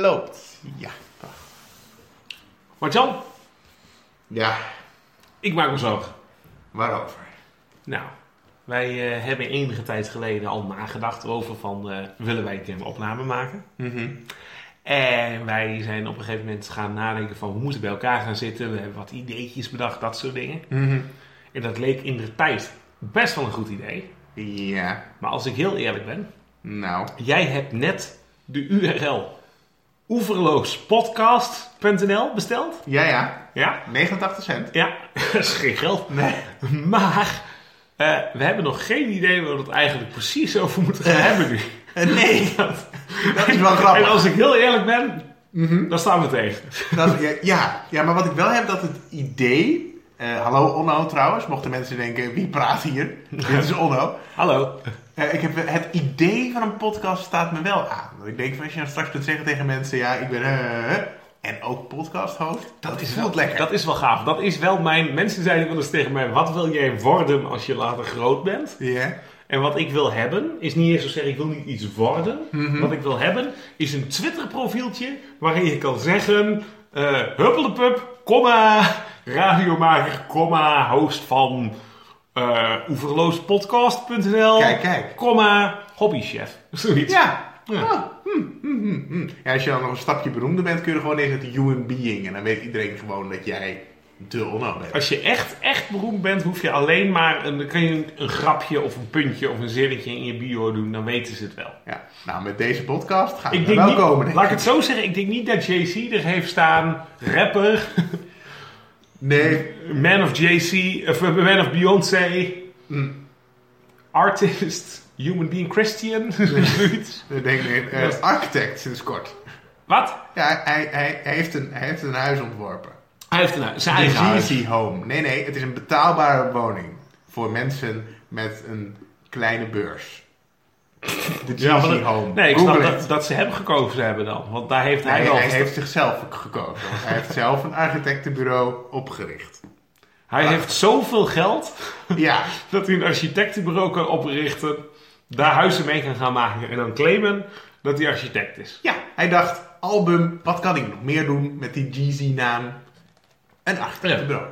loopt. Ja. Martjan, Ja, ik maak me zorgen. waarover? Nou, wij eh, hebben enige tijd geleden al nagedacht over van... eh, willen wij een keer een opname maken? En wij zijn op een gegeven moment gaan nadenken van... we moeten bij elkaar gaan zitten. We hebben wat ideetjes bedacht, dat soort dingen. En dat leek in de tijd best wel een goed idee. Ja, Maar als ik heel eerlijk ben... nou. Jij hebt net de URL oeverloospodcast.nl besteld. Ja, ja. Ja? 89 cent. Ja, dat is geen geld. Nee. Maar eh, we hebben nog geen idee waar we het eigenlijk precies over moeten gaan hebben nu. Nee, dat is wel En grappig. als ik heel eerlijk ben, dan staan we tegen. Dat, ja, ja, ja, maar wat ik wel heb, dat het idee... eh, hallo Onno trouwens, mochten mensen denken, wie praat hier? Dit is Onno. Hallo. Eh, ik heb, het idee van een podcast staat me wel aan. Want ik denk, van, als je dan straks kunt zeggen tegen mensen, ja, ik ben... eh, en ook podcast-host. Dat, is voelt lekker. Dat is wel gaaf. Dat is wel mijn... Mensen zeiden wel eens tegen mij, wat wil jij worden als je later groot bent? Ja. En wat ik wil hebben, is niet eens zozeer ik wil niet iets worden. Mhm. Wat ik wil hebben, is een Twitter profieltje waarin je kan zeggen... eh Huppelepup, comma, radiomaker, comma, host van eh oeverloospodcast.nl, Kijk, kijk. comma, hobbychef. Zoiets. Ja. Ah, Oh. hm, hm, hm, hm. Ja, als je dan nog een stapje beroemder bent, kun je er gewoon tegen het human being. En dan weet iedereen gewoon dat jij de onno bent. Als je echt, echt beroemd bent, hoef je alleen maar een, dan kan je een, een grapje of een puntje of een zinnetje in je bio doen. Dan weten ze het wel. Ja. Nou, met deze podcast gaan we Ik er denk wel niet, komen. denk laat ik ik. het zo zeggen, ik denk niet dat JC er heeft staan, rapper, Nee, Man of JC, of eh, Man of Beyoncé, Hmm. artist, human being Christian, zoiets. ik denk nee. Eh, Ja. architect sinds kort. Wat? Ja, hij, hij, hij, heeft een, hij heeft een huis ontworpen. Hij heeft een zijn Een eigen huis. Easy home. Nee, nee, het is een betaalbare woning. Voor mensen met een kleine beurs. De Easy Ja, maar dat- home. nee, ik Google snap het. dat, dat ze hem gekozen hebben dan. Want daar heeft hij Hij, wel... hij heeft zichzelf gekozen. want Hij heeft zelf een architectenbureau opgericht. hij heeft zoveel geld Ja, dat hij een architectenbureau kan oprichten, daar huizen mee kan gaan maken en dan claimen dat hij architect is. ja, hij dacht, album, wat kan ik nog meer doen met die Jeezy-naam? Een achterbureau.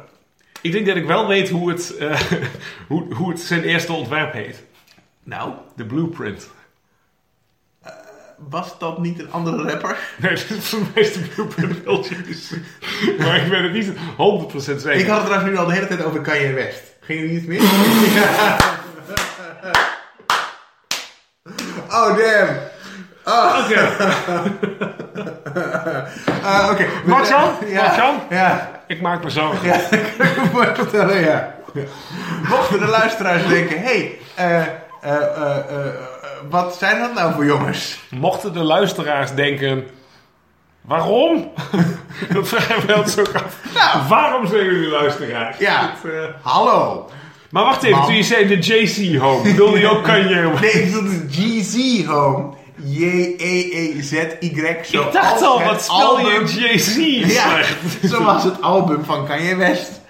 Ik denk dat ik wel weet hoe het, eh, hoe, hoe het zijn eerste ontwerp heet. Nou, De blueprint. was dat niet een andere rapper? Nee, dat is voor mij is de blueprint wel Jezus. Maar ik ben het niet 100% zeker. Ik had het trouwens nu al de hele tijd over Kanye West. Ging er niet mis? Ja. Oh, damn. Oké. Ah, Oké. We- Martjan? Ja. Martjan? Ja. Ik maak me zorgen. Ja, kan ik me mooi vertellen, ja. Mochten de luisteraars denken, hé, hey, eh, wat zijn dat nou voor jongens? Mochten de luisteraars denken... Waarom? dat vragen wij ons ook af. Nou. Waarom zijn jullie luisteraars? Ja. Dat, eh, Hallo. Maar wacht even, Man. toen je zei de JC Home, wilde je ook Kanye... Nee, ik bedoel de GZ Home. E J-E-E-Z-Y. Ik dacht al, wat spel je in JC Ja, slecht? zo was het album van Kanye West.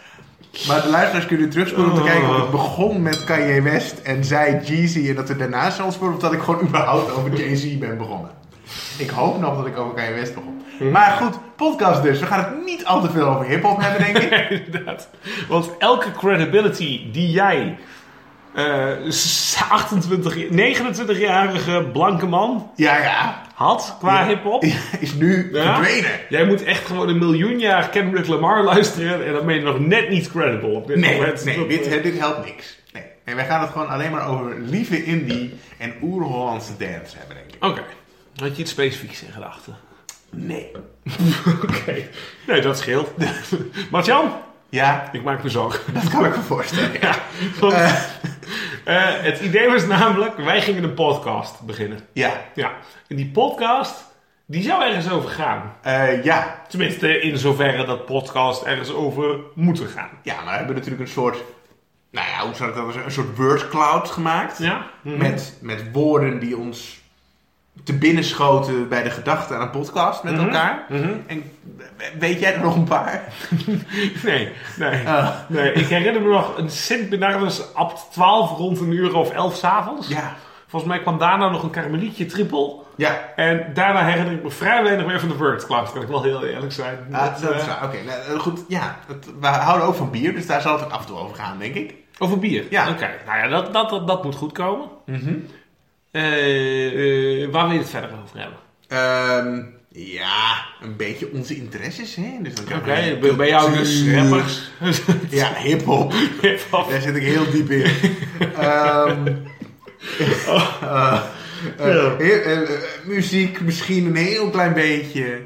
Maar de luisteraars kunnen terugspoelen om te kijken. Want het begon met Kanye West en zij Jeezy. En dat er daarna zelfs voor of dat ik gewoon überhaupt over Jay-Z ben begonnen. Ik hoop nog dat ik over Kanye West begon. Maar goed, podcast dus. We gaan het niet al te veel over hip-hop hebben, denk ik. Inderdaad. Want elke credibility die jij, eh, s- 28, 29-jarige blanke man, Ja, ja. had qua hip-hop. Is nu Ja? verdwenen. Jij moet echt gewoon een miljoen jaar Kendrick Lamar luisteren en dan ben je nog net niet credible op dit Nee, moment. nee Dat- dit, dit helpt niks. Nee. nee, wij gaan het gewoon alleen maar over lieve indie en oer-Hollandse dance hebben, denk ik. Oké. Had je iets specifieks in gedachten? Nee. Oké. Nee, dat scheelt. Martjan, Ja, ik maak me zorgen. dat kan ik me voorstellen. Ja, want, eh, het idee was namelijk, wij gingen een podcast beginnen. Ja, Ja, en die podcast, die zou ergens over gaan. Eh, ja. Tenminste, in zoverre dat podcast ergens over moeten gaan. ja, maar we hebben natuurlijk een soort, nou ja, hoe zou ik dat wel zeggen, een soort wordcloud gemaakt. Ja? Mhm. Met, met woorden die ons te binnen schoten bij de gedachte aan een podcast met Mhm. elkaar. En eh, weet jij er nog een paar? Nee, nee. Ah. nee. Ik herinner me nog een Sint Bernardus Abt 12 rond een uur of 11 s'avonds. Ja. Volgens mij kwam daarna nog een karmelietje triple. Ja, En daarna herinner ik me vrij weinig meer van de Word Cloud, kan ik wel heel eerlijk zijn. ah, Dat, dat is eh, waar. Oké, nou, eh, goed. Ja, dat- we houden ook van bier, dus daar zal het ook af en toe over gaan, denk ik. Over bier? Ja. Mhm. Oké, nou ja, dat, dat, dat, dat moet goed komen. Eh, eh, waar wil je het verder over hebben? Ehm, ja, een beetje onze interesses, hè? Dus dan Oké, bij- bij jou dus rappers. Ja, hip-hop. Daar zit ik heel diep in. Ehm, eh, eh, Ja. heel- eh, eh, muziek misschien een heel klein beetje.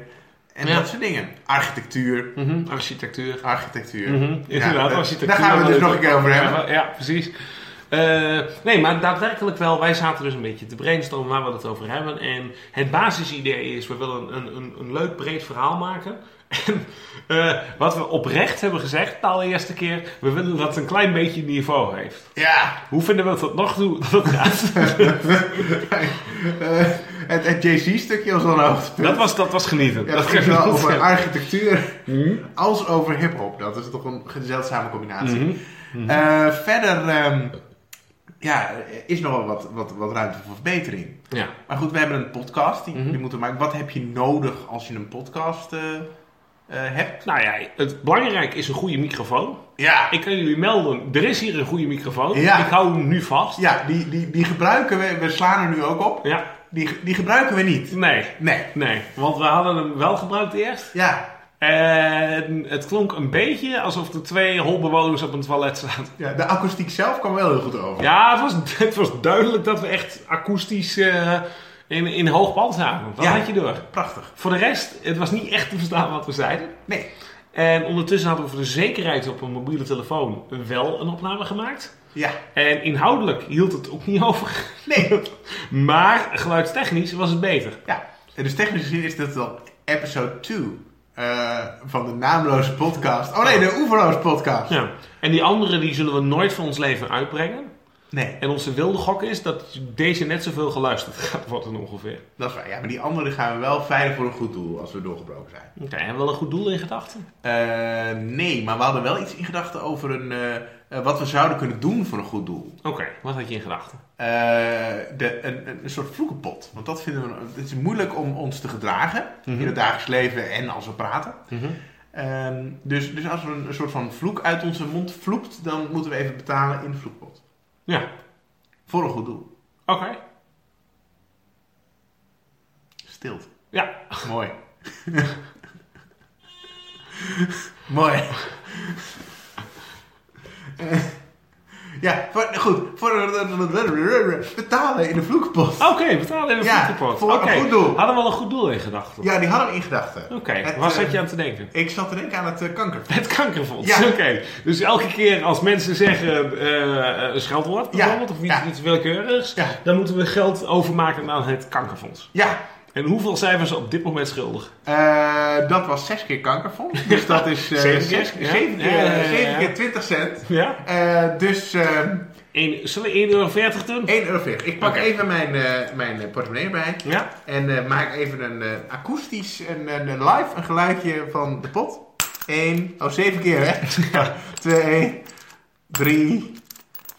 En Ja. dat soort dingen. Architectuur. Mhm, Architectuur. Architectuur. Mhm, Inderdaad, daar- architectuur. Daar gaan we het dus nog een keer over hebben. Ja, precies. Eh, nee, maar daadwerkelijk wel. Wij zaten dus een beetje te brainstormen waar we het over hebben. En het basisidee is, we willen een, een, een leuk breed verhaal maken. En eh, wat we oprecht hebben gezegd de allereerste keer, we willen dat het een klein beetje niveau heeft. Ja. Hoe vinden we het tot nog toe dat het gaat? Eh, het het Jay-Z-stukje was wel een hoogtepunt. dat, was, dat was genieten. ja, dat kan ging ik zowel wel over zeggen. architectuur Mhm. als over hip-hop. Dat is toch een zeldzame combinatie. Mhm. Eh, verder ehm, ja, er is nog wel wat, wat, wat ruimte voor verbetering. Ja. Maar goed, we hebben een podcast die, Mhm. die moeten we maken. Wat heb je nodig als je een podcast eh, eh, hebt? Nou ja, het belangrijk is een goede microfoon. Ja. Ik kan jullie melden, er is hier een goede microfoon. Ja. Ik hou hem nu vast. Ja, die, die, die gebruiken we. We slaan er nu ook op. Ja, Die, ge- die gebruiken we niet. nee. Nee. Nee, want we hadden hem wel gebruikt eerst. Ja. En het klonk een beetje alsof er twee holbewoners op een toilet zaten. ja. De akoestiek zelf kwam wel heel goed over. Ja, het was, het was duidelijk dat we echt akoestisch eh, in, in hoog pand zaten. Dat Ja. had je door. Prachtig. Voor de rest, het was niet echt te verstaan wat we zeiden. Nee. En ondertussen hadden we voor de zekerheid op een mobiele telefoon wel een opname gemaakt. Ja. En inhoudelijk hield het ook niet over. Nee. Maar geluidstechnisch was het beter. Ja. En dus technisch gezien is dat dan episode 2 eh, van de naamloze podcast. Oh nee, de oeverloze podcast. Ja. En die andere die zullen we nooit van ons leven uitbrengen. Nee. En onze wilde gok is dat deze net zoveel geluisterd gaat worden ongeveer. Dat is waar. Ja, maar die andere gaan we wel veilig voor een goed doel als we doorgebroken zijn. Oké, hebben we wel een goed doel in gedachten? Eh, nee, maar we hadden wel iets in gedachten over een, eh, eh, wat we zouden kunnen doen voor een goed doel. Oké, wat had je in gedachten? Eh, de, een, een, een soort vloekenpot. Want dat vinden we. nou- Het is moeilijk om ons te gedragen in het dagelijks leven en als we praten. Mhm. Ehm, dus, dus als er een, een soort van vloek uit onze mond vloept, dan moeten we even betalen in de vloekpot. Ja, Voor een goed doel. oké. Stilt. Ja, Mooi. Mooi. Eh, ja, voor, goed. Voor, betalen in de vloekpot. oké, betalen in de Ja, voetenpot. voor een Oké, goed doel. Hadden we wel een goed doel in gedachten? Ja, die hadden we in gedachten. Oké, Het, waar eh, zat je aan te denken? Ik zat te denken aan het eh, kanker. Het kankerfonds. Ja. Oké, dus elke keer als mensen zeggen eh, een scheldwoord bijvoorbeeld of iets, ja. iets willekeurigs, Ja. dan moeten we geld overmaken aan het kankerfonds. Ja, En hoeveel zijn we ze op dit moment schuldig? eh, dat was zes keer kankerfonds. Dus dat is eh, Zeven keer? zes- Ja. zeven keer, Ja, ja, ja, eh, ja. zeven keer 20 cent. Ja? Eh, dus eh 1,40 Eén- zullen we 1,40 euro doen? euro. Ik pak Oké. even mijn, eh, mijn eh, portemonnee bij. Ja. En eh, maak even een eh, akoestisch, een, een, een live, een geluidje van de pot. Eén, oh zeven keer hè. Twee, drie,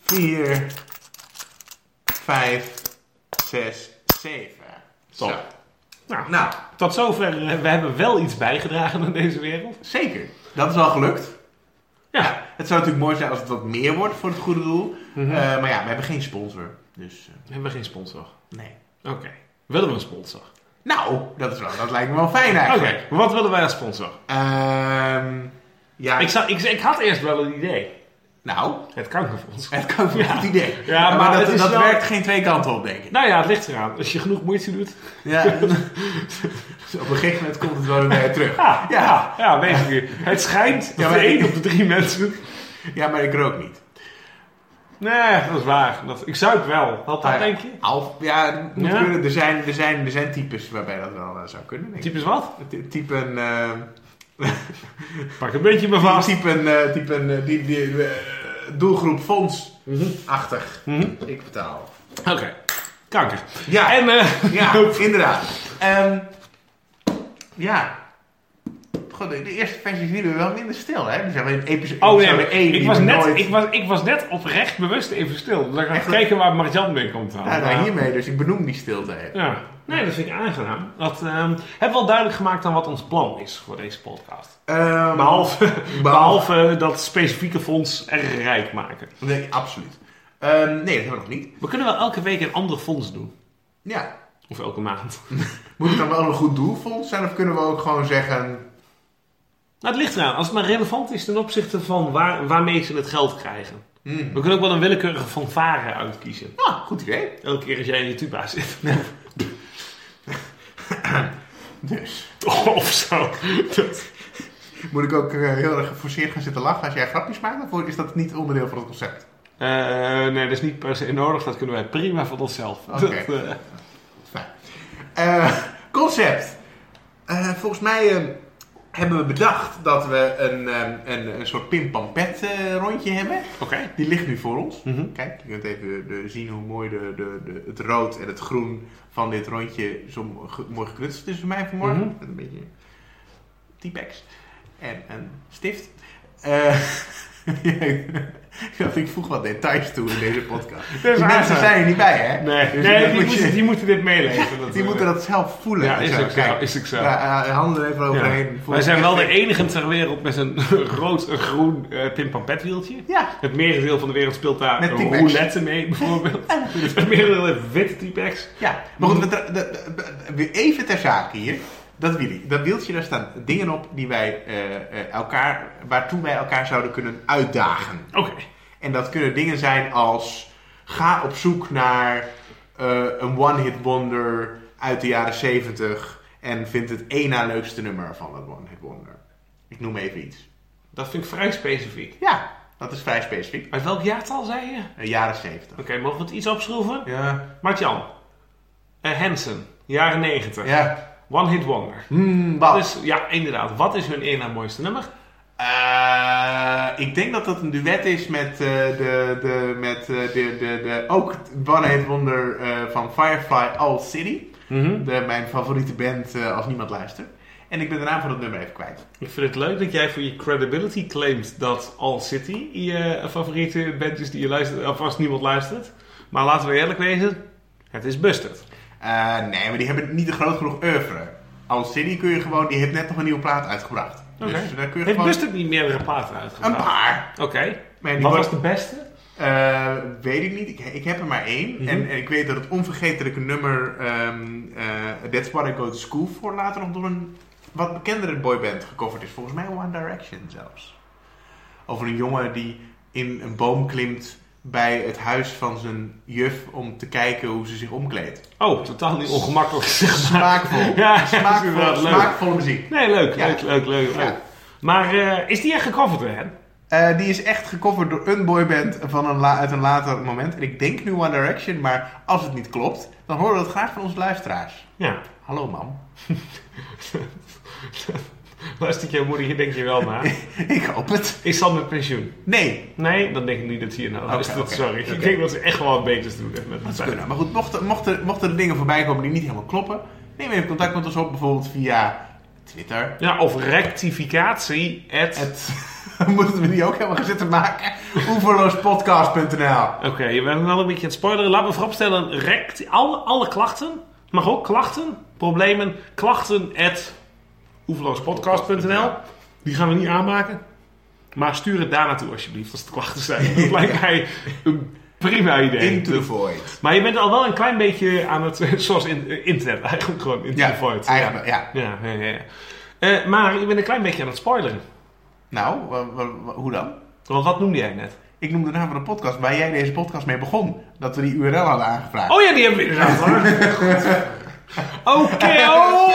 vier, vijf, zes, zeven. Top. Zo. Nou, Nou, tot zover. eh, We hebben wel iets bijgedragen aan deze wereld. zeker. Dat is al gelukt. Ja. Het zou natuurlijk mooi zijn als het wat meer wordt voor het goede doel. Mhm. Eh, maar ja, we hebben geen sponsor. Dus eh, Hebben we geen sponsor? nee. Oké. Willen we een sponsor? Nou, dat, is wel, dat lijkt me wel fijn Oké. eigenlijk. maar Wat willen wij als sponsor? Ehm, ja, Ik, zou, ik, ik had eerst wel een idee. nou, Het kankerfonds. het kan een Ja. goed idee. Ja, maar dat, het is dat wel- werkt geen twee kanten op, denk ik. Nou ja, het ligt eraan. Als je genoeg moeite doet. Ja. Dus op een gegeven moment komt het wel weer bij je terug. Ah, Ja. ja, ja, weet je. Het schijnt dat Ja, maar de één ik- op de drie mensen... Ja, maar ik rook niet. Nee, dat is waar. Dat, ik zuip wel. Wat Ah, ja. denk je? Alf, ja, het moet Ja. kunnen. Er zijn, er, zijn, er zijn types waarbij dat wel eh, zou kunnen, denk ik. Typisch wat? Ty- Type een... ehm, Pak een beetje me Type, vast. type een, eh, type een eh, die, die, eh, doelgroep fonds-achtig. Mhm. Ik betaal. Oké. Kanker. Ja, En... eh, ja inderdaad. Ehm, ja. god, de de eerste versies liepen wel minder stil, hè? Dus we hebben in episode, Oh nee, episode maar 1 ik was, liepen net, nooit- ik, was, ik was net oprecht bewust even stil. Dus ik ga Echt? kijken waar Marjan mee komt Ja, halen. nou, hiermee, dus ik benoem die stilte even. Ja. Nee, dat vind ik aangenaam. Dat, ehm, hebben we al duidelijk gemaakt aan wat ons plan is voor deze podcast. Ehm, Behalve, behalve- behalve dat specifieke fonds erg rijk maken. Nee, absoluut. Ehm, nee, dat hebben we nog niet. We kunnen wel elke week een ander fonds doen. Ja. Of elke maand. Moet het dan wel een goed doelfonds zijn of kunnen we ook gewoon zeggen... Nou, het ligt eraan. Als het maar relevant is ten opzichte van waar, waarmee ze het geld krijgen. hmm, We kunnen ook wel een willekeurige fanfare uitkiezen. nou, goed idee. Elke keer als jij in je tuba zit. Dus. of zo. Dat- Moet ik ook eh, heel erg geforceerd gaan zitten lachen als jij grapjes maakt? Of is dat niet onderdeel van het concept? Eh, nee, dat is niet per se nodig. Dat kunnen wij prima van onszelf. Oké. Dat, eh, Fijn. Eh, concept. Eh, volgens mij eh, hebben we bedacht dat we een, eh, een, een soort pim-pam-pet eh, rondje hebben. Oké. Die ligt nu voor ons. Mhm. Kijk, je kunt even eh, zien hoe mooi de, de, de, het rood en het groen van dit rondje zo mo- ge- mooi geknutst is voor mij vanmorgen. Mhm. Met een beetje T-packs en een stift. Eh, ik dacht, ik voeg wat details toe in deze podcast. is Die mensen aardig. zijn er niet bij, hè? Nee, Dus nee, dat die, moet moeten, je- die moeten dit meeleven. Dat, Die eh, moeten dat zelf voelen. Ja, en is zo. ook zo. Kijk, Is ook zo. ja, eh, handen er even Ja. overheen. Voel Wij je zijn echt wel de even- enige ter wereld met een rood en groen eh pimpampetwieltje. Ja, Het merendeel van de wereld speelt daar Met T-Rex. roulette mee, bijvoorbeeld. het merendeel heeft witte T-Rex. ja. Maar goed, we tra- de- de- de- weer even ter zake hier. Dat, wiel, dat wieltje, daar staan dingen op die wij eh, eh, elkaar, waartoe wij elkaar zouden kunnen uitdagen. Oké. En dat kunnen dingen zijn als ga op zoek naar eh, een one-hit wonder uit de jaren 70 en vind het één na leukste nummer van dat one-hit wonder. Ik noem even iets. Dat vind ik vrij specifiek. Ja, dat is vrij specifiek. Uit welk jaartal zei je? Oké, Eh, jaren 70. mogen we het iets opschroeven? Ja, Martjan. Eh Hansen. Jaren 90. Ja. One Hit Wonder. Hmm, wat? Wat is, ja, inderdaad. Wat is hun één na mooiste nummer? Eh, ik denk dat dat een duet is met, eh, de, de, met eh, de, de, de, ook One Hit Wonder eh, van Firefly All City. De, mijn favoriete band eh, als niemand luistert. En ik ben de naam van dat nummer even kwijt. Ik vind het leuk dat jij voor je credibility claimt dat All City je eh, favoriete band is die je luistert, of als niemand luistert. Maar laten we eerlijk wezen, het is Busted. Eh, nee, maar die hebben niet een groot genoeg oeuvre. All City kun je gewoon, die heeft net nog een nieuwe plaat uitgebracht. Oké. Dus daar kun je Heeft gewoon Busted niet meerdere platen een uitgebracht? paar. Oké. Maar die Wat worden- was de beste? Eh, weet ik niet. Ik, ik heb er maar één. Mhm. en, en ik weet dat het onvergetelijke nummer ehm, eh, That's What I Go To School For later nog door een wat bekendere boyband gecoverd is. Volgens mij One Direction zelfs. Over een jongen die in een boom klimt bij het huis van zijn juf om te kijken hoe ze zich omkleedt. Oh, totaal niet ongemakkelijk. zeg maar. Smaakvol. Ja, dat is Smaakvol, inderdaad leuk. smaakvolle muziek. Nee, leuk, Ja. leuk, leuk, leuk. Ja. Maar eh, is die echt gecoverd door hen? Eh, die is echt gecoverd door een boyband van een la- uit een later moment. En ik denk nu One Direction, maar als het niet klopt, dan horen we dat graag van onze luisteraars. Ja. Hallo mam. Luistert jouw moeder, hier denk je wel naar. ik hoop het. Is Sam met pensioen? Nee, Nee, dan denk ik niet dat ze hier nou Oké, luistert. oké, Sorry, oké. ik denk dat ze echt wel wat beters doen hebben met dat is elkaar. kunnen. Maar goed, mochten mocht er, mochten er dingen voorbij komen die niet helemaal kloppen, neem even contact met ons op, bijvoorbeeld via Twitter. Ja, of rectificatie. at- Het, moeten we die ook helemaal gaan zitten maken? Oeverloospodcast.nl Oké, je bent wel een beetje aan het spoileren. Laten we vooropstellen, recti- alle, alle klachten, maar ook klachten, problemen, klachten at oeverloospodcast.nl. Die gaan we niet aanmaken. Maar stuur het daar naartoe alsjeblieft, als het klachten zijn. Dat lijkt mij een prima idee. Into the void. Maar je bent al wel een klein beetje aan het, zoals in, eh, internet eigenlijk, gewoon into the void. Eigenlijk, ja. Ja, ja, ja. Eh, maar je bent een klein beetje aan het spoileren. Nou, wa- wa- wa- hoe dan? Want wat noemde jij net? Ik noem de naam van de podcast waar jij deze podcast mee begon. Dat we die URL hadden aangevraagd. Oh ja, die hebben we inderdaad. Oké, oh!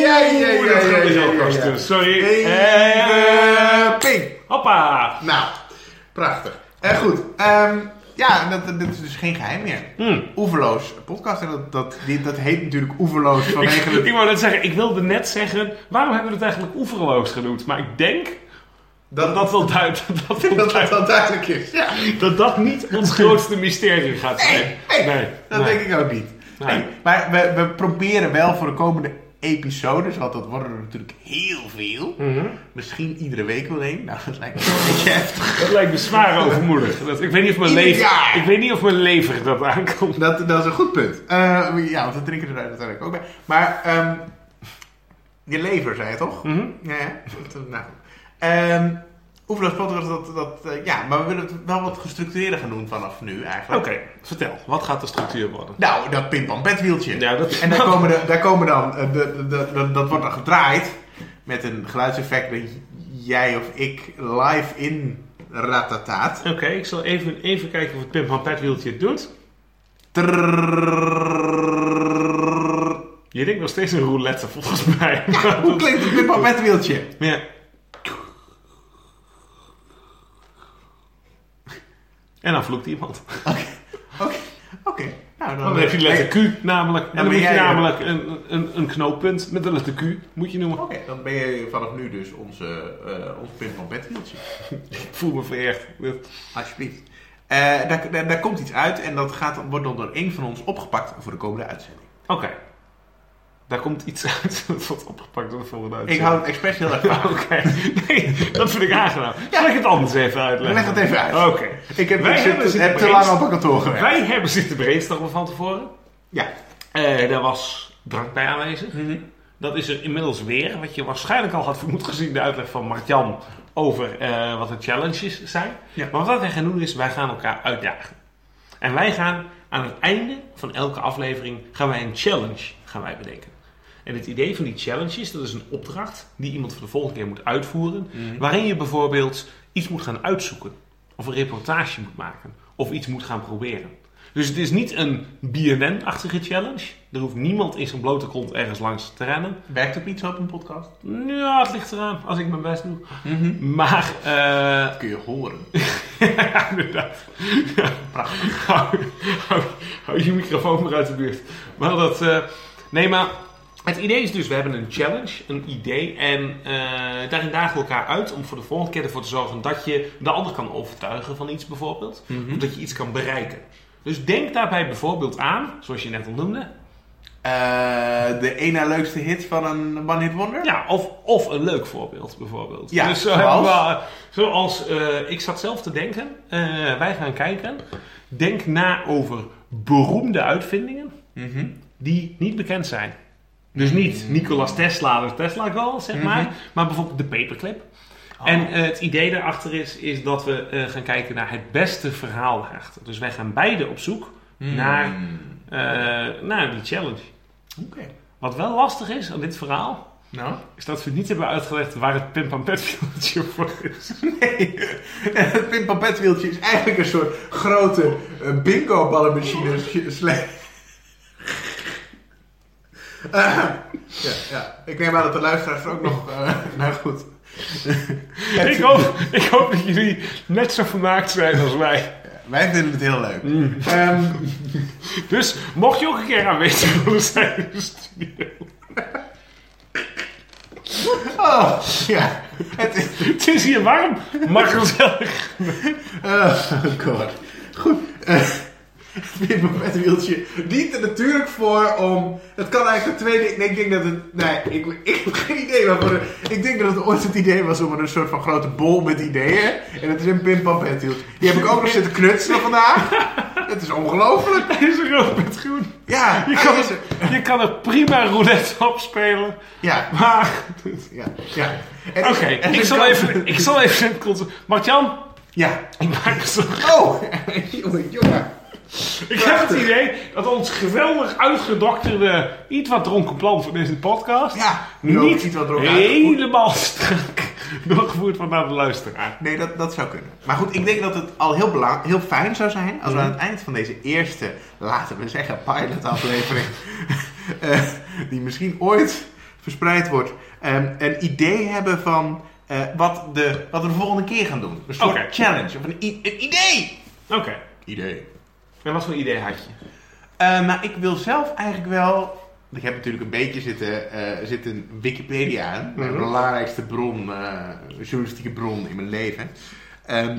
Ja, ja, ja, ja, Dat gaat dus ja, ook ja, kosten. ja. Sorry. Eh, Even ping. hoppa. Nou, prachtig. Eh, goed, ehm, ja, dat, dat is dus geen geheim meer. Hmm. Oeverloos podcast. En dat, dat, die, dat heet natuurlijk Oeverloos vanwege Ik, ik het- wou net zeggen, ik wilde net zeggen, waarom hebben we het eigenlijk oeverloos genoemd? Maar ik denk dat dat wel duidelijk, dat wel dat, dat duidelijk- wel duidelijk is. Ja. dat dat niet ons grootste mysterie gaat zijn. Nee, nee, dat nee. denk ik ook niet. Nee. Nee, maar we, we proberen wel voor de komende episodes, want dat worden er natuurlijk heel veel. Mhm. Misschien iedere week wel één. Nou, dat lijkt me een beetje heftig. Dat lijkt me zwaar overmoedig. Dat, ik, weet niet of mijn Ieder lever, jaar. ik weet niet of mijn lever dat aankomt. Dat, dat is een goed punt. Eh, ja, want we drinken er uiteindelijk ook bij. Maar ehm, je lever, zei je toch? Mhm. Ja, ja. nou. Ehm Oefenloos podcast, dat, dat, eh, ja, maar we willen het wel wat gestructureerder gaan doen vanaf nu Oké, eigenlijk. vertel. Wat gaat de structuur worden? Nou, dat pimpam bedwieltje. Ja, dat- En daar komen, de, daar komen dan, eh, de, de, de- dat wordt dan gedraaid met een geluidseffect dat jij of ik live in ratataat. Oké, ik zal even, even kijken of het Pim van Petwieltje het doet. Trrrrrrrrrrrrrrrrrrrrrrrrrrrrrrrrrrrrrrrrrrrrrrrrrrrrrrrrr. Je denkt nog steeds een roulette volgens mij. Hoe klinkt het pimpam bedwieltje? Ja. En dan vloekt iemand. Oh, Oké, oké. Nou, Dan heb je de letter Q namelijk. Dan En ben dan moet je jij er. namelijk een, een, een knooppunt met de letter Q, moet je noemen. Oké, dan ben je vanaf nu dus onze, eh ons pimpam bedwieltje. Ik voel me vereerd. Alsjeblieft. Eh, daar, daar, daar komt iets uit en dat gaat, wordt dan door één van ons opgepakt voor de komende uitzending. Oké. Daar komt iets uit dat wordt opgepakt door de volgende Ik uitzending. hou het expres heel erg vaag. Oké. Nee, dat vind ik aangenaam. Zal ik het anders even uitleggen? Leg het even uit. Oké. Ik heb, Oh. Wij ik zit- hebben zitten heb te lang brainstormen. op een kantoor gewerkt. Wij hebben zitten brainstormen van tevoren. Ja. Eh, daar was drank bij aanwezig. Dat is er inmiddels weer. Wat je waarschijnlijk al had vermoed gezien de uitleg van Martjan over eh, wat de challenges zijn. Ja. Maar wat wij gaan doen is, wij gaan elkaar uitdagen. En wij gaan aan het einde van elke aflevering gaan wij een challenge gaan wij bedenken. En het idee van die challenge is, dat is een opdracht die iemand voor de volgende keer moet uitvoeren. Waarin je bijvoorbeeld iets moet gaan uitzoeken. Of een reportage moet maken. Of iets moet gaan proberen. Dus het is niet een BNN-achtige challenge. Er hoeft niemand in zijn blote kont ergens langs te rennen. Werkt ook niet zo op een podcast? Ja, het ligt eraan als ik mijn best doe. Maar, eh Dat kun je horen. ja, inderdaad. Ja. Prachtig. hou, hou- hou je microfoon maar uit de buurt. Maar dat, eh, nee, maar het idee is dus, we hebben een challenge, een idee. En eh, daarin dagen we elkaar uit om voor de volgende keer ervoor te zorgen dat je de ander kan overtuigen van iets bijvoorbeeld. Of dat je iets kan bereiken. Dus denk daarbij bijvoorbeeld aan, zoals je net al noemde, Eh, de één na leukste hit van een One Hit Wonder? Ja, of, of een leuk voorbeeld bijvoorbeeld. Ja, dus, eh, zoals? wa- zoals eh, ik zat zelf te denken, eh, wij gaan kijken. Denk na over beroemde uitvindingen Mhm. die niet bekend zijn. Dus Mm. niet Nikolas Tesla, de Tesla wel, zeg Mhm. maar. Maar bijvoorbeeld de paperclip. Oh. En eh, het idee daarachter is, is dat we eh, gaan kijken naar het beste verhaal daarachter. Dus wij gaan beide op zoek Mm. naar, eh, naar die challenge. Oké. Wat wel lastig is aan dit verhaal, Nou? is dat we niet hebben uitgelegd waar het Pim Pam Petfieldje voor is. Nee. Het pimpapetwieltje is eigenlijk een soort grote eh, bingo-ballenmachine. sle- sle- Eh, ja, ja. Ik neem aan dat de luisteraars er ook nog... eh, nou goed. ik, hoop, ik hoop dat jullie net zo vermaakt zijn als wij. Wij vinden het heel leuk. Ehm, Dus mocht je ook een keer aanwezig willen zijn in de studio. oh, ja. Het is... Het is hier warm, maar gezellig. Oh god. Goed. Eh, Wim met wieltje dient er natuurlijk voor om. Het kan eigenlijk een tweede. Nee, ik denk dat het. Nee, ik, ik heb geen idee waarvoor. het- Ik denk dat het ooit het idee was om er een soort van grote bol met ideeën. En dat is een pimpam wieltje. Die heb ik ook nog zitten knutselen vandaag. Het is ongelooflijk. Hij is rood met groen. Ja, Je hij kan, is er. er, je kan er prima roulette op spelen. Ja, Maar, ja, ja. oké, ik, zal even- ik zal even in het Martjan, Ja. ik maak me zorgen. Oh, jongen, jongen. Ik heb het idee dat ons geweldig uitgedokterde, iets wat dronken plan van deze podcast... Ja, nu ook niet iets wat erop aangevoerd. helemaal strak doorgevoerd wordt naar de luisteraar. Nee, dat, dat zou kunnen. Maar goed, ik denk dat het al heel, belang, heel fijn zou zijn als we Mhm. aan het eind van deze eerste, laten we zeggen, pilotaflevering, eh, die misschien ooit verspreid wordt, ehm, een idee hebben van eh, wat, de, wat we de volgende keer gaan doen. Een soort Oké. challenge of een, i- een idee. Oké. Idee. En wat voor idee had je? nou, ik wil zelf eigenlijk wel. Ik heb natuurlijk een beetje zitten, eh zitten Wikipedia aan. Mijn Mhm. belangrijkste bron, eh, journalistieke bron in mijn leven. Ehm,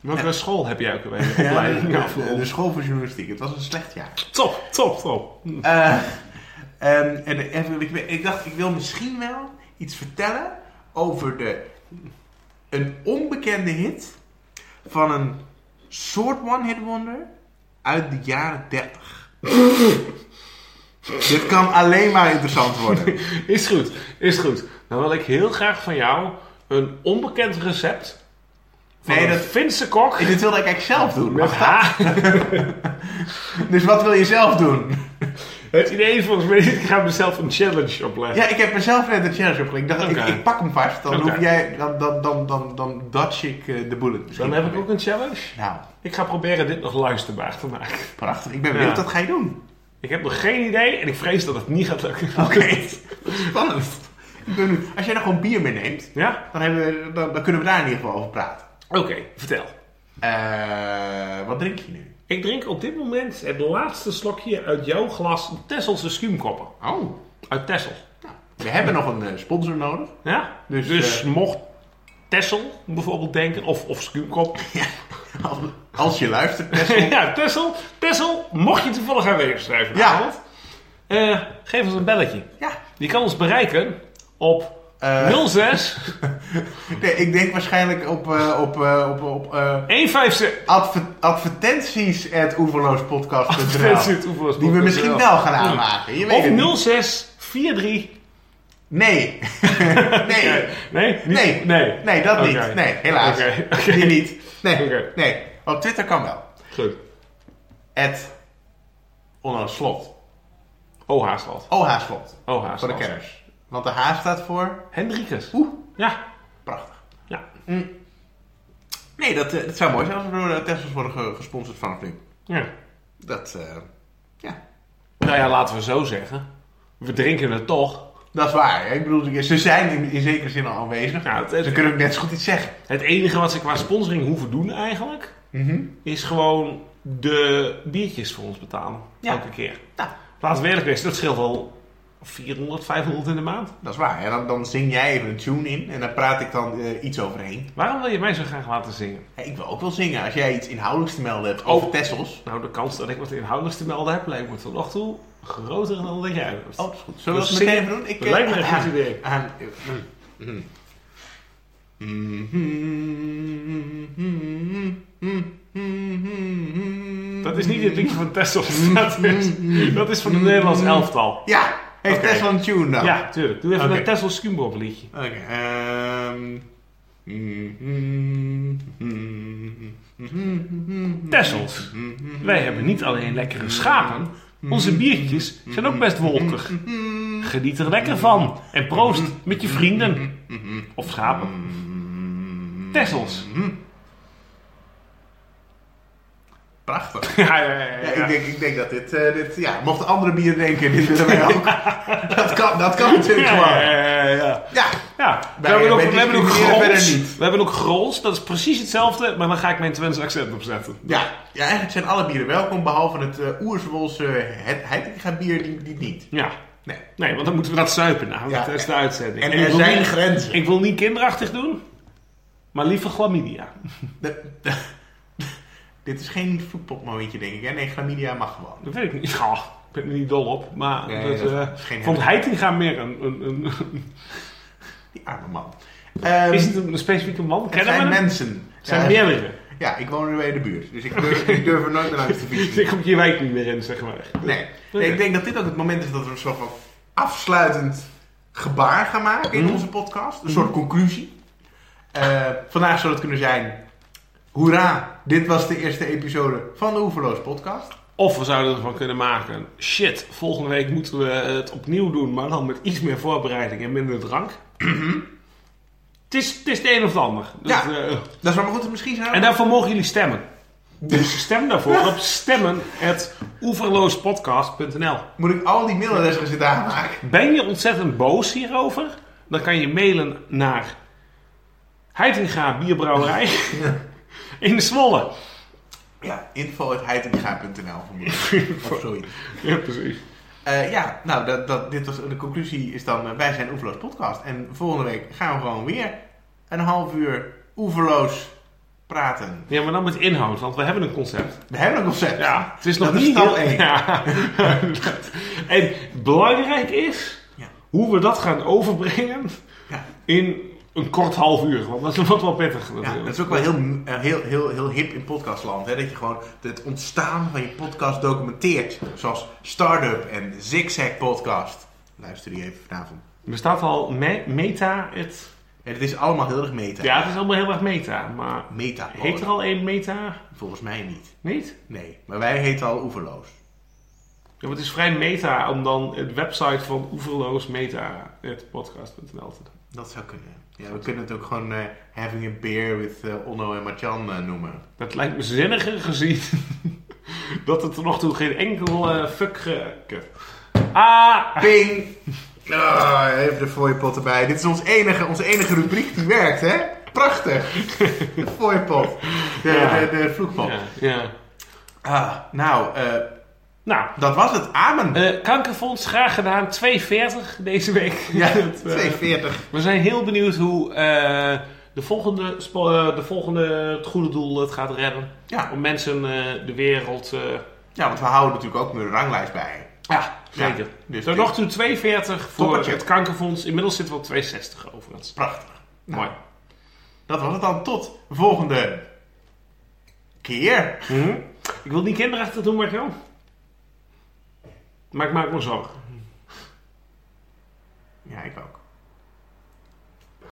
Welke school heb jij ook alweer? Ja, Opleiding de- afgerond. de school voor journalistiek. Het was een slecht jaar. Top, top, top. Eh, Ehm, en de- en ik, ik dacht, ik wil misschien wel iets vertellen over de, een onbekende hit van een soort one-hit wonder uit de jaren 30. Dit kan alleen maar interessant worden. Is goed, is goed. Dan wil ik heel graag van jou een onbekend recept van Nee, een dat- Finse kok En dit wilde ik eigenlijk zelf doen. met ha. Dus wat wil je zelf doen? Het idee is volgens mij, ik ga mezelf een challenge opleggen. Ja, ik heb mezelf net een challenge opgelegd. Ik dacht, Oké. ik, ik pak hem vast. Dan, Oké. hoef jij, dan, dan, dan, dan, dan dodge ik eh, de bullet misschien. Dan heb ik ook een challenge. Nou, Ik ga proberen dit nog luisterbaar te maken. prachtig. Ik ben Ja. benieuwd, wat ga je doen? Ik heb nog geen idee en ik vrees dat het niet gaat lukken. Oké. Spannend. Ik ben benieuwd. Als jij nou gewoon bier meeneemt, Ja? dan, hebben we, dan, dan kunnen we daar in ieder geval over praten. Oké, vertel. Eh, wat drink je nu? Ik drink op dit moment het laatste slokje uit jouw glas Tesselse schuimkoppen. Oh, Uit Tessel. we hebben nog een eh, sponsor nodig. Ja? Dus, Dus, mocht Tessel bijvoorbeeld denken, of, of schuimkop. Ja, als, als je luistert, eh, Tessel. ja, Tessel, Tessel, mocht je toevallig aanwezig zijn vanavond, eh, geef ons een belletje. Ja. Je kan ons bereiken op Eh, 06 nee, ik denk waarschijnlijk op, eh, op, eh, op, op eh, 156. adver- advertenties at oeverloospodcast.nl Die we misschien wel gaan aanmaken. Je weet het niet. Of 06 43. Nee. nee. Nee? Niet- Nee. Nee. Nee, dat Oké. niet. Nee, helaas. Oké, oké. Die niet. Nee. Oké. Nee. Op Twitter kan wel. Goed. At onder slot. OH slot. OH slot. OH Voor de kenners. Want de H staat voor. Hendrikus. Oeh. Ja. Prachtig. Mm. Ja. Nee, dat, eh, dat zou mooi zijn als we door eh, Tesla's worden ge- gesponsord vanaf nu. ja. Dat, eh, ja. Nou ja, laten we zo zeggen. We drinken het toch. Dat is waar. Ik bedoel, ze zijn in, in zekere zin al aanwezig. Nou, het, Ze het, kunnen ook net zo goed iets zeggen. het enige wat ze qua sponsoring hoeven doen eigenlijk... Mhm. is gewoon de biertjes voor ons betalen. Ja. Elke keer. Nou, Laten we eerlijk wezen, dat scheelt wel 400, 500 in de maand. dat is waar. En dan, dan zing jij even een tune in en dan praat ik dan eh, iets overheen. Waarom wil je mij zo graag laten zingen? Hey, ik wil ook wel zingen als jij iets inhoudelijks te melden hebt Oh. over Tessels. Nou, de kans dat ik wat inhoudelijks te melden heb... lijkt me tot nog toe groter dan dat jij hebt. Oh, dat is goed. Zullen we dat Dus meteen zingen- even doen? Ik, dat lijkt me eh, een goed idee. aan- mm, mm. Dat is niet het liedje van Tessel. Dat is, dat is van het Nederlands elftal. Ja, heeft Oké. Tessel een tune dan? Ja, tuurlijk. Doe even Oké. een Tessel Scumbop liedje. Oké. ehm. mm, Mm, Tessels. mm, Wij hebben niet alleen lekkere schapen. Onze biertjes zijn ook best wolkig. mm, Geniet er lekker van. En proost met je vrienden. Of schapen. mm, Tessels. Prachtig. Ja, ja, ja, Ja, ja, ik, ja. denk, ik denk dat dit, eh, dit ja, mochten andere bier drinken, dit willen wij ook. dat, kan, dat kan natuurlijk Ja, gewoon. ja, ja, Ja, ja. Ja, we Wij- hebben ook, wij we hebben ook discrimineren verder grols. niet. We hebben ook grols. Dat is precies hetzelfde, maar dan ga ik mijn Twents accent opzetten. ja, ja, eigenlijk zijn alle bieren welkom, behalve het eh Oerswolse het, Heitinga bier, die, die niet. Ja. Nee. Nee, want dan moeten we dat zuipen. Nou, want Ja, dat is de en- uitzending. En ik er wil zijn niet- grenzen. Ik wil niet kinderachtig doen, maar liever chlamydia. De- de- dit is geen vloekpopmomentje, denk ik. Hè? Nee, chlamydia mag gewoon. Dat weet ik niet. Goh, ik ben er niet dol op. Maar Nee, dat, dat eh, is geen vond helemaal. Heitinga meer een... een, een Die arme man. Ehm, is het een, een specifieke man? het Kennen we zijn hem? mensen. Het zijn ja, meerdere. ja, ik woon nu bij de buurt, dus ik durf, ik durf er nooit meer langs te fietsen. Dus Ik kom je wijk niet meer in, zeg maar. Nee. Oké. nee, ik denk dat dit ook het moment is dat we een soort van afsluitend gebaar gaan maken in Mhm. onze podcast. Een soort conclusie. Eh, vandaag zou het kunnen zijn, hoera, dit was de eerste episode van de Oeverloos podcast. Of we zouden ervan kunnen maken... Shit, volgende week moeten we het opnieuw doen, maar dan met iets meer voorbereiding en minder drank. Het is, het is het een of het ander. Dus, Mhm. Ja. eh, Dat is wel maar goed, misschien zijn en daarvoor mogen jullie stemmen. Dus stem daarvoor op stemmen.oeverloospodcast.nl Moet ik al die mailadressen gaan zitten aanmaken? Ben je ontzettend boos hierover? Dan kan je mailen naar Heitinga Bierbrouwerij in Zwolle. Ja, info.heitinga.nl vermoedelijk. of zoiets. Ja, precies. Eh, ja, nou, dat, dat, dit was, de conclusie is dan, eh, wij zijn Oeverloos Podcast. En volgende week gaan we gewoon weer een half uur Oeverloos praten. Ja, maar dan met inhoud, want we hebben een concept. We hebben een concept. Ja, het is nog Dat is niet stap heel- één. Ja. en belangrijk is Ja. hoe we dat gaan overbrengen Ja. in een kort half uur. Want dat wordt wel prettig. Ja, natuurlijk. dat is ook wel heel, eh, heel, heel, heel hip in podcastland. Hè? Dat je gewoon het ontstaan van je podcast documenteert. Zoals Startup en Zigzag Podcast. Luister die even vanavond. Bestaat al me- meta het... En het is allemaal heel erg meta. Ja, het is allemaal heel erg meta, maar... Meta. Heet er al één meta? Volgens mij niet. Niet? Nee. Maar wij heten al Oeverloos. Ja, want het is vrij meta om dan het website van oeverloos meta, het podcast.nl te doen. Dat zou kunnen. Ja, we kunnen het ook gewoon eh, Having a Beer with eh, Onno en Martjan eh, noemen. Dat lijkt me zinniger gezien dat er tot nog toe geen enkel eh, fuck... ge- kut. Ah! Ping! Ah, even de fooiepot erbij. Dit is ons enige, onze enige rubriek die werkt, hè? Prachtig! De fooiepot. De, Ja. de, de vloekpot. Ja, ja. Ah, nou, eh, Nou, dat was het. Amen. eh, Kankerfonds, graag gedaan. 2,40 deze week. ja, Het, eh, 240. we zijn heel benieuwd hoe eh, de, volgende spo- eh, de volgende het goede doel het gaat redden. Ja. Om mensen eh, de wereld... eh, ja, want we houden natuurlijk ook een ranglijst bij. ja, zeker. Dus Tot dit- nog toe 2,40 voor Toppertje. het kankerfonds. Inmiddels zitten we op 2,60 overigens. Prachtig. Nou, Mooi. Dat was het dan. Tot volgende keer. Mhm. Ik wil niet kinderachtig doen, maar wel. Maar ik maak me zorgen. Ja, ik ook.